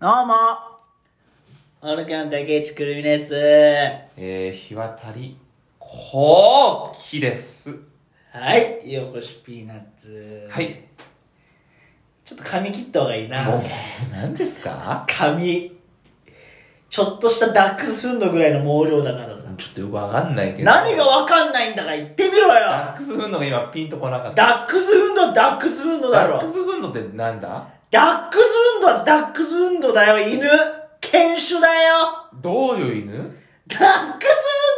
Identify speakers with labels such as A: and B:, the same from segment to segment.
A: どうもオルカの竹内くるみです。は
B: えー、日渡り、こうきです。
A: い、ようこしピーナッツ。
B: はい。
A: ちょっと髪切った方がいいな
B: も。う、何ですか
A: 髪。ちょっとしたダックスフンドぐらいの毛量だからさ。
B: ちょっとよくわかんないけど。
A: 何がわかんないんだか言ってみろよ
B: ダックスフンドが今ピンとこなかった。
A: ダックスフンドはダックスフンドだ
B: ダック
A: ろ
B: スフンドってなんだ
A: ダックスフンドはダックスフンドだよ、犬犬種だよ
B: どういう犬
A: ダックスフン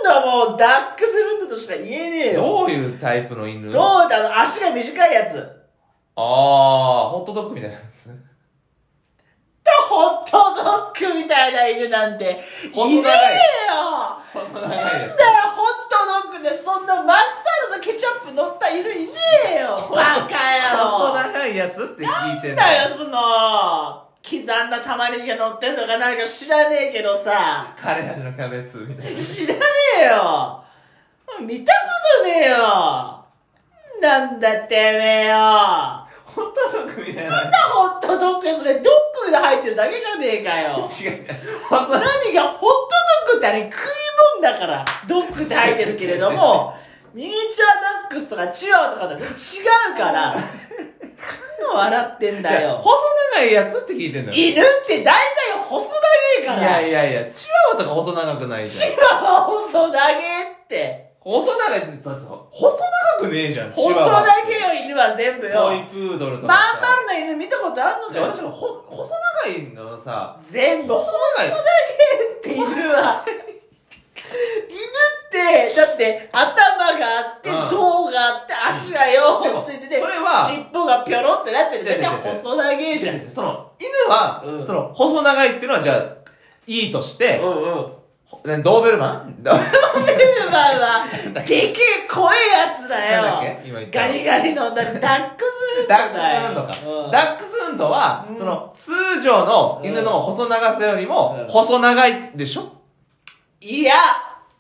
A: ドはもうダックスフンドとしか言えねえよ
B: どういうタイプの
A: ど
B: 犬
A: うだあの足が短いやつ
B: あー、ホットドッグみたいなやつ。
A: ホットドッグみたいな犬なんて、
B: 細長い
A: いねえよ
B: 細長
A: な
B: い
A: んだよホ
B: や、
A: ットドッグでそんなマスタードとケチャップ乗った犬いねえよバカ
B: つ。
A: 野郎
B: 細長いやつって聞い
A: なんん
B: ての
A: だよ、その、刻んだ玉ねぎが乗ってんのかなんか知らねえけどさ、
B: カレー味のキャベツみたいな。
A: 知らねえよ見たことねえよなんだてめえよ
B: ホットドッグみたいな。
A: なんだホットドッグそれ、ドッグで入ってるだけじゃねえかよ
B: 違う違う。細長い。
A: 何がホットドッグってあれ食い物だからドッグって入ってるけれども ミニチュアダックスとかチワワとかと全然違うから何の笑ってんだ
B: いや
A: よ
B: 細長いやつって聞いてんだよ。
A: 犬って大体細長いか
B: い
A: ら
B: やいやいや、チワワとか細長くないじゃん
A: チ。ワワ細長えって
B: 細長いって、だってさ細長くねえじゃん。
A: 細
B: チワ
A: 長
B: ワって
A: いよ犬は全部よ
B: ト
A: ま
B: イ
A: ん
B: プードルとかさ。
A: まんな犬見たことあんの
B: い
A: か
B: や
A: よ
B: 私もほ細長いのさ、
A: 全部
B: 細長い
A: 細長えって犬は犬ってだって頭があって、
B: うん
A: 胴があって足が4
B: でも
A: 本ついてて
B: それは
A: 尻尾がピョロってなってる
B: 違う違う
A: だ
B: 違う
A: から細長えじゃんうん
B: その、犬は、
A: うん
B: その、細長いっていうのは、じゃあ、いいとして、
A: うん
B: ほねドーベルマンドーベル
A: ドーベルマンはでけえ怖えやつだよ
B: なんだっけ今言った
A: ガリガリのダックスフンド
B: ダ
A: だよ
B: ックスフンド
A: う
B: か。
A: ん
B: ダックスフンドは、
A: うん
B: その、通常の犬の細長さより
A: う
B: も
A: ん、
B: 細長いでしょ
A: いや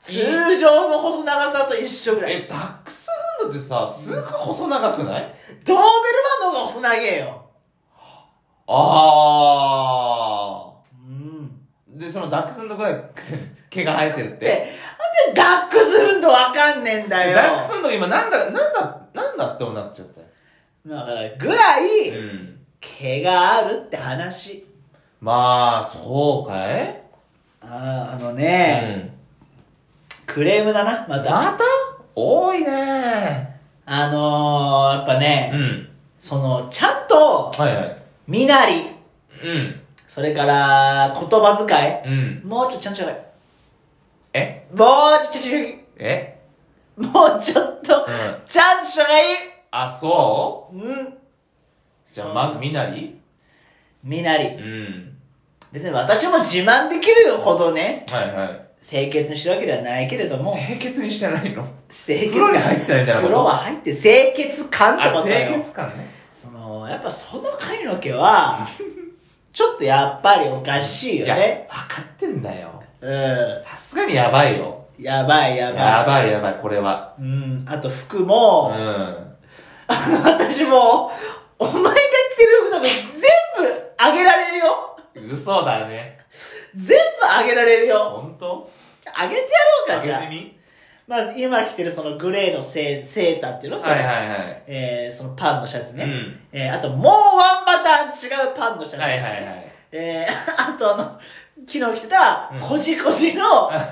A: 通常の細長さと一緒ぐらい
B: え、ダックスフンドってさ、すごい細長くない
A: ドーベルマンの方が細長えよ
B: あ
A: うん
B: ー。で、そのダックスフンドぐらい 毛が生えてるっ
A: で
B: て。
A: なんでダックスフンドわかんねえんだよ
B: ダックスフンドが今なんだ、なんだ、なんだって思うなっちゃったよ。
A: だから、ぐらい、
B: ん。
A: 毛があるって話。
B: まあ、そうかい
A: ああ、あの
B: う
A: ね、
B: ん。
A: クレームだな、また。
B: また多いね
A: あのー、やっぱね、
B: ん。
A: その、ちゃんと、
B: はいはい。
A: 身なり、
B: うん。
A: それから、言葉遣
B: うん。
A: い、もうちょっとちゃんとしなさい。
B: え
A: もうちょっとちゃんとしなさい、
B: え
A: もうちょっと
B: う、ん。
A: ちゃんとしなさい。
B: あ、そう
A: うん。
B: じゃあ、まず、みなり
A: 身なり。
B: うん。
A: 別に私も自慢できるほどね、
B: はいはい。
A: 清潔にしてるわけではないけれども、
B: 清潔にしてないの
A: 清潔。
B: 風呂に入ってないみたいなこと
A: 風呂は入って清潔感って
B: あ、
A: ことだよ。
B: 清潔感ね。
A: そのやっぱその髪の毛 はちょっとやっぱりおかしい
B: い
A: よ
B: や、
A: ね
B: 分かってんだよ。
A: う
B: さすがにやばいよ。
A: んやばいやばい
B: やばいやばい、これは。
A: うんあと服
B: う
A: も、あ
B: ん。
A: の私もお前が着てる服とか全部あげられるよ
B: 嘘だね。
A: 全部あげられるよ
B: 本当
A: あげてやろうかじゃあ、
B: み
A: まあ、今着てるそのグレーのセーセーターっていうのそれ、
B: はいはいはい。
A: えーそのパンのシャツね、
B: うん
A: えーあともうワンパターン違うパンのシャツ、
B: はいはいはい。
A: えー、 あとあの、昨日着てた
B: うん、
A: こじこじ の、
B: あ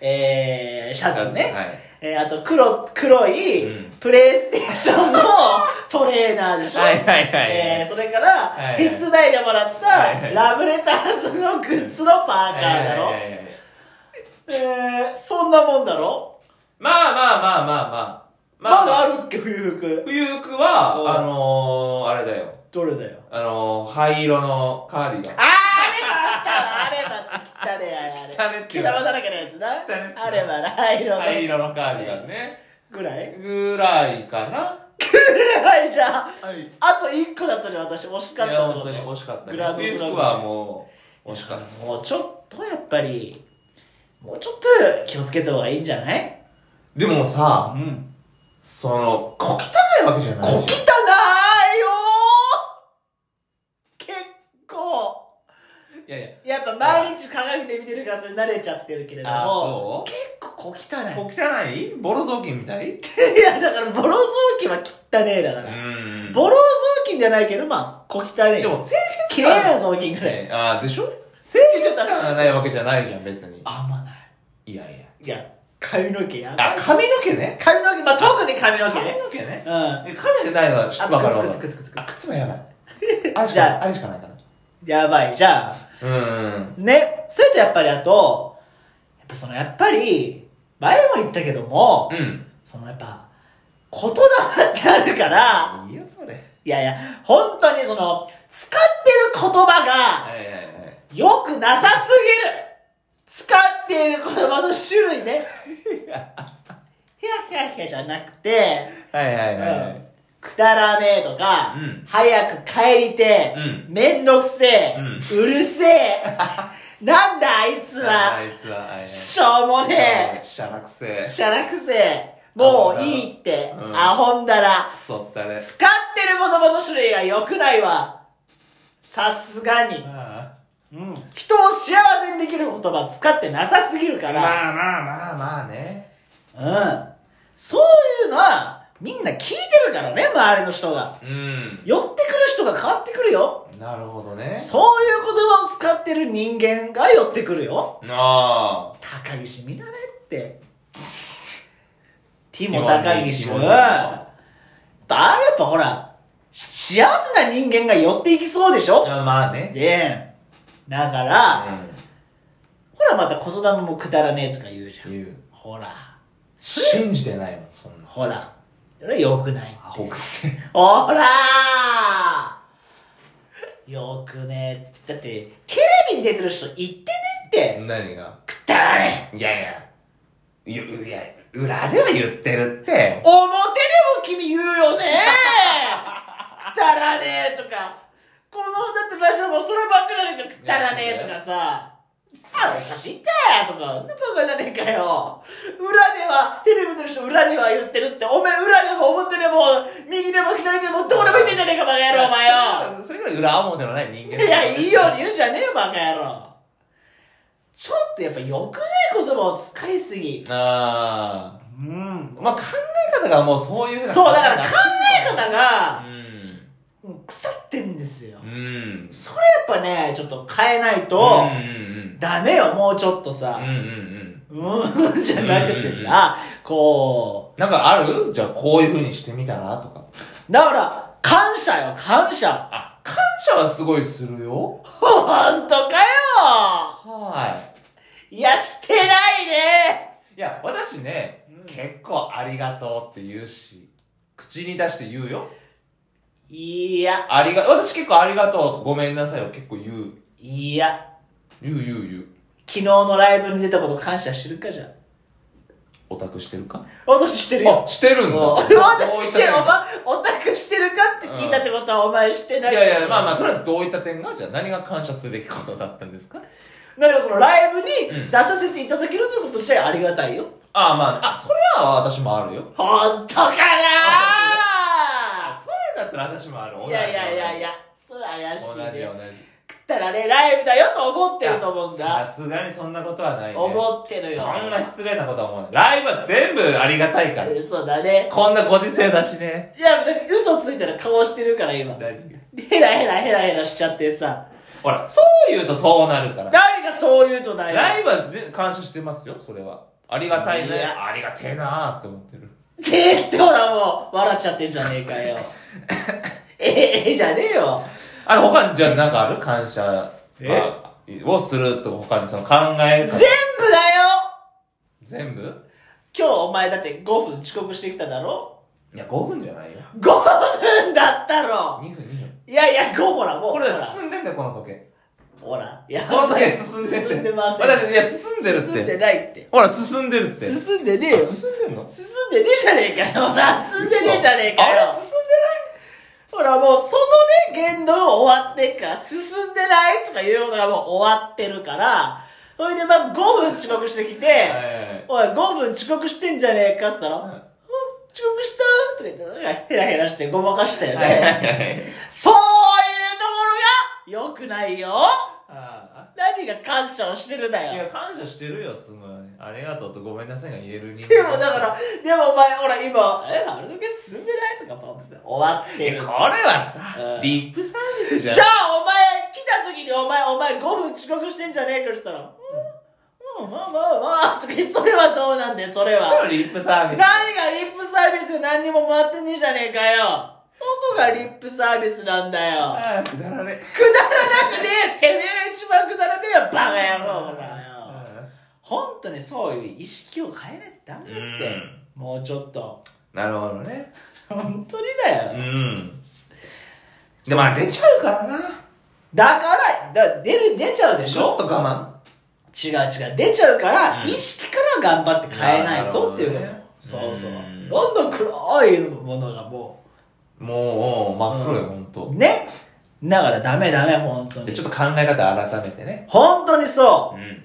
A: えー、シャツね。
B: はい。
A: えー、あと黒、黒い、
B: うん
A: プレイステーションの トレーナーでしょ。
B: はいはいはい
A: えー、それから、
B: はい
A: 手伝いでもらった、
B: はいはい
A: ラブレターズのグッズのパーカーだろ。
B: はいはいはいはい
A: えー、そんなもんだろ
B: まあまあまあまあ
A: ま
B: まあ。
A: だあ
B: る。
A: るっけ、冬服。
B: 冬服
A: うん
B: は、あのー、あれだよ。
A: どれだよ。
B: あのー、灰色のカーディ
A: あー、あればあったなあればあったねあれ。
B: 汚ねって
A: 毛
B: いうの
A: 玉だらけのやつな。
B: 汚ねっていうの
A: あればな、灰色
B: ガン。
A: の
B: 灰色のカーディガンね。
A: ぐらい
B: ぐらいかな。
A: はい、じゃあ、
B: はい。
A: あと1個だったじゃん、私、惜し
B: い
A: かった
B: や、
A: ってこ
B: 本
A: と
B: 当に惜しかった
A: グ
B: ね
A: ラ。ドスラ
B: 冬服
A: ム
B: はもう、惜しかった。
A: もうちょっとやっぱり、もうちょっと気をつけた方がいいんじゃない
B: でも
A: う
B: さ、
A: ん。
B: その、小汚いわけじゃ
A: 小
B: な
A: 汚い
B: い
A: よー
B: じ
A: 結構。
B: ゃん。やいや
A: やっぱ毎日鏡で見てるからそれ慣れちゃってるけれど
B: あ
A: も
B: そ
A: 結構小汚
B: うこう汚いボロ雑巾みたい う
A: いいやだからボロ雑巾は汚ねえだから、
B: ん
A: ボロ雑巾じゃないけどまあ小汚ねえ
B: でも清
A: 綺麗な雑巾ぐらい、
B: ねああでしょ清潔感がないわけじゃないじゃん別に
A: あんまない
B: やいや
A: いいや髪の毛やば
B: あ
A: い
B: 髪の毛ね
A: 髪の毛まあ特に髪の毛
B: 髪
A: ね
B: の毛ね
A: うん
B: え髪の毛ないのは知っ
A: あ
B: てわかる
A: と
B: わか
A: 靴
B: る
A: 靴靴靴
B: あ
A: 靴
B: 靴もやばいあれし
A: じゃ
B: か
A: あ
B: あれしかないかな
A: やばいじゃあ
B: うんうん
A: ねそれとやっぱりあとやっぱそのやっぱり前も言ったけども、
B: うん
A: そのやっぱ言霊ってあるから
B: いいよそれはい
A: いやいや本当にその使ってる言葉が
B: はいはい
A: 良くなさすぎる使っている言葉の種類 ねヒヤヒヤヒヤじゃなくて、
B: はいはいはいは
A: うん
B: い
A: くだらねえとか、
B: うん
A: 早く帰りて
B: う、ん
A: めんどくせえ、
B: う
A: うるせえ なんだあいつ
B: あ
A: は
B: いつはあいつ
A: しょうも
B: は
A: ね
B: しゃらくせ
A: え
B: え
A: しゃらくせえもういいって、
B: うん
A: アホんだら
B: くそったね
A: 使ってる言葉の種類が良くないわさすがに、
B: まあ
A: うん、人を幸せにできる言葉使ってなさすぎるから、
B: まあまあまあまあね
A: うん、そういうのはみんな聞いてるからね周りの人が
B: うん
A: 寄ってくる人が変わってくるよ
B: なるほどね
A: そういう言葉を使ってる人間が寄ってくるよ
B: ああ
A: 高岸見られってティ
B: モ
A: モ
B: ン
A: 高岸
B: ティ
A: う
B: モ
A: ん
B: ン
A: あれやっぱほらし幸せな人間が寄っていきそうでしょ
B: あまあね
A: でだから、
B: う
A: ほらまた言霊もくだらねえとか言うじゃ
B: ん
A: ん
B: 言う
A: ほら
B: 信じてないもんそんな
A: ほらそれよくないって
B: アホくせえ
A: ほらーよくねだってテレビに出てる人言ってねって
B: 何が
A: くだらねえ
B: いやいやゆいや裏では言ってるっ
A: 表でも
B: て
A: 君言うよねくだらねえとかこのだってラジオもそればっかりだけどくだらねえとかさあおかしいってとかんなバカじゃねえかよ裏ではテレビの人裏では言ってるってお前裏でも表でも右でも左でもどこでも言ってんじゃねえかバカ野郎お前よ
B: それぐらい裏表のない人間
A: いやいいように言うんじゃねえよバカ野郎ちょっとやっぱよくねえ言葉を使いすぎ
B: あ
A: うん
B: あまあ考え方がもうそういうふな
A: そうだから考え方が
B: うん
A: もう腐ってんですよ、
B: うん
A: それやっぱねちょっと変えない
B: うん
A: と
B: うんうん
A: ダメよもうちょっと
B: うんう
A: さ
B: んうん
A: うん、じゃなくてさこ
B: なんかあるじゃあこういうふうにしてみたらとか
A: うだから感謝よ感謝
B: あ感謝はすごいするよ
A: 本当かよ
B: はい
A: やしてないね
B: いいや私ね
A: うん
B: 結構ありがとうって言うし口に出して言うよ
A: いや
B: ありが私結構ありがとうごめんなさいを結構言う
A: いや
B: 言う言う言う
A: 昨日のライブに出たこと感謝してるかじゃん
B: オタクしてるか
A: 私してるよ
B: あしてるんだ
A: 俺私してるお
B: ど
A: 前オタクしてるかって聞いたってことはお前してな
B: ういった点
A: い
B: がいやいやまあまあそれはどういった点がじゃあ何が感謝すべきことだったんですか
A: 何かそのライブに
B: うん
A: 出させていただけるということ自体ありがたいよ
B: ああまああそれは私もあるよ
A: 本当かな
B: あそれだったら私もある
A: いやいやいやいやそれ怪し
B: 同
A: い
B: じ同
A: ね
B: じ
A: 食ったらねライブだよと思ってると思うんだ
B: さすがにそんなことはないね
A: 思ってるよ
B: そんな失礼なことは思わないライブは全部ありがたいから
A: 嘘だね
B: こんなご時世だしね
A: いや別に嘘ついたら顔してるから今ヘラヘラヘラヘラしちゃってさ
B: ほらそう言うとそうなるから
A: 誰がそう言うとだよ
B: ライブは全感謝してますよそれはありがたい
A: い
B: ね
A: や
B: ありがてえなーって思ってる
A: えーってほらもう笑っちゃってんじゃねえか よええじゃねえよ
B: あれ、他に、じゃあ、なんかある感謝
A: え
B: まあをすると、他にその考え
A: 全
B: 方
A: 部だよ
B: 全部
A: 今日お前だって5分遅刻してきただろ
B: いや、5分じゃないよ。
A: 5分だったろ
B: 2分、2分。
A: いやいや5ほらもう
B: こ
A: ほ
B: れ
A: ら、
B: 進んでんだよ、この時計。
A: ほらいや
B: この時計進んで んだよ。
A: 進んでません
B: 私、いや、進んでる
A: 進ん
B: っ
A: で
B: て。
A: ないって
B: ほら、進んでるって。あ
A: 進んでねえよ
B: 進んでんの
A: 進んでねえじゃねえかよほら進んでねえじゃねえか
B: あ
A: よ
B: れ、進んで
A: ほらもうそのね言動が終わってっから進んでないとかいうことがもう終わってるからそれでまず5分遅刻してきて、
B: ないはいはいはい
A: おい5分遅刻してんじゃねえかっつったら、うん
B: ん
A: 遅刻したとか言ってなんかヘラヘラしてごまかしたよ
B: はいは
A: ね
B: いはい。
A: そういうところが良くないよ
B: あ
A: 何が感謝をしてるだ
C: い
A: よ
C: や、感謝してるよ、すごい。ありがとうとごめんなさいが言える人間
A: でもだから、でもお前ほら今えあれだけ進んでないとかもう終わっ
B: い
A: て
B: や
A: る
B: これはさ、
A: うん
B: リップサービスじゃん
A: じゃあお前来た時にお前お前5分遅刻してんじゃねえかしたら「うんうんまあまあまあ」とか言ってそれはどうなんだよそれは
B: リップサービ
A: 何
B: ス
A: がリップサービス何にも回ってねえじゃねえかよどこがリップサービスなんだよ
B: ああくだらね
A: くだらなくねえてめえが一番くだらねえよバカ野郎ほらよ本当にそういう意識を変えないとダメだって、
B: うん
A: もうちょっと
B: なるほどね
A: 本当にだよ、
B: うんでまあ出ちゃうからな
A: だからだ出る出ちゃうでし
B: ちょ
A: ょ
B: っと我
A: 違う違う出ちゃうから、
B: うん
A: 意識から頑張って変えないとっていうこと、
B: なるほ
A: そ
B: どね
A: うそう
B: うん
A: どんどん黒いものがも
B: 慢もう真っ黒よ、ほん
A: う
B: と
A: ねだからダメダメ本当
B: じゃあ
A: に
B: ちょっと考え方改めてね
A: 本当にそう
B: うん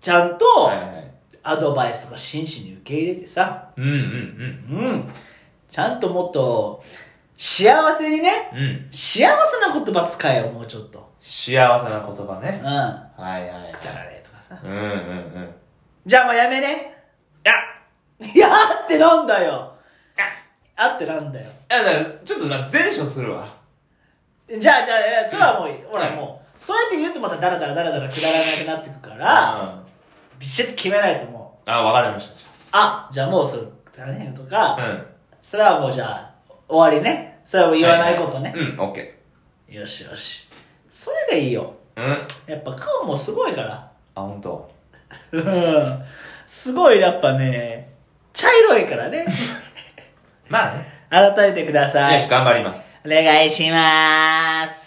A: ちゃんと
B: はいはい
A: アドバイスとか真摯に受け入れてさ
B: うんう
A: う
B: ん
A: んちゃんともっと幸せにね
B: うんうん
A: 幸せな言葉使えよもうちょっと
B: 幸せな言葉
A: うんく
B: ね
A: だら
B: はいはい
A: ねえとかさ
B: うんうんうん
A: じゃあもうやめね
B: いや
A: いやあってなんだよあってなんだよ
B: いやだからちょっとな前処するわ
A: じゃあじゃあえーそれはもう、ほ
B: う
A: ら
B: ん
A: もうそうやって言うとまたダラダラダラダラくだらなくなってくから、
B: うん
A: ビシッと決めないともう
B: あ分かりましたじ
A: あじゃあもうそれくだらねえよとか、
B: ゃあうん
A: それはもうじゃあ終わりねそれはもう言わないことね、
B: はいはいうんオッケ
A: よしよしそれがいいよ
B: ーうんあ
A: やっぱ顔もすごいから
B: 本当。
A: うんすごいやっぱね茶色いから ね
B: まあね
A: 改めてくださ
B: よし
A: い
B: 頑張ります
A: お願いします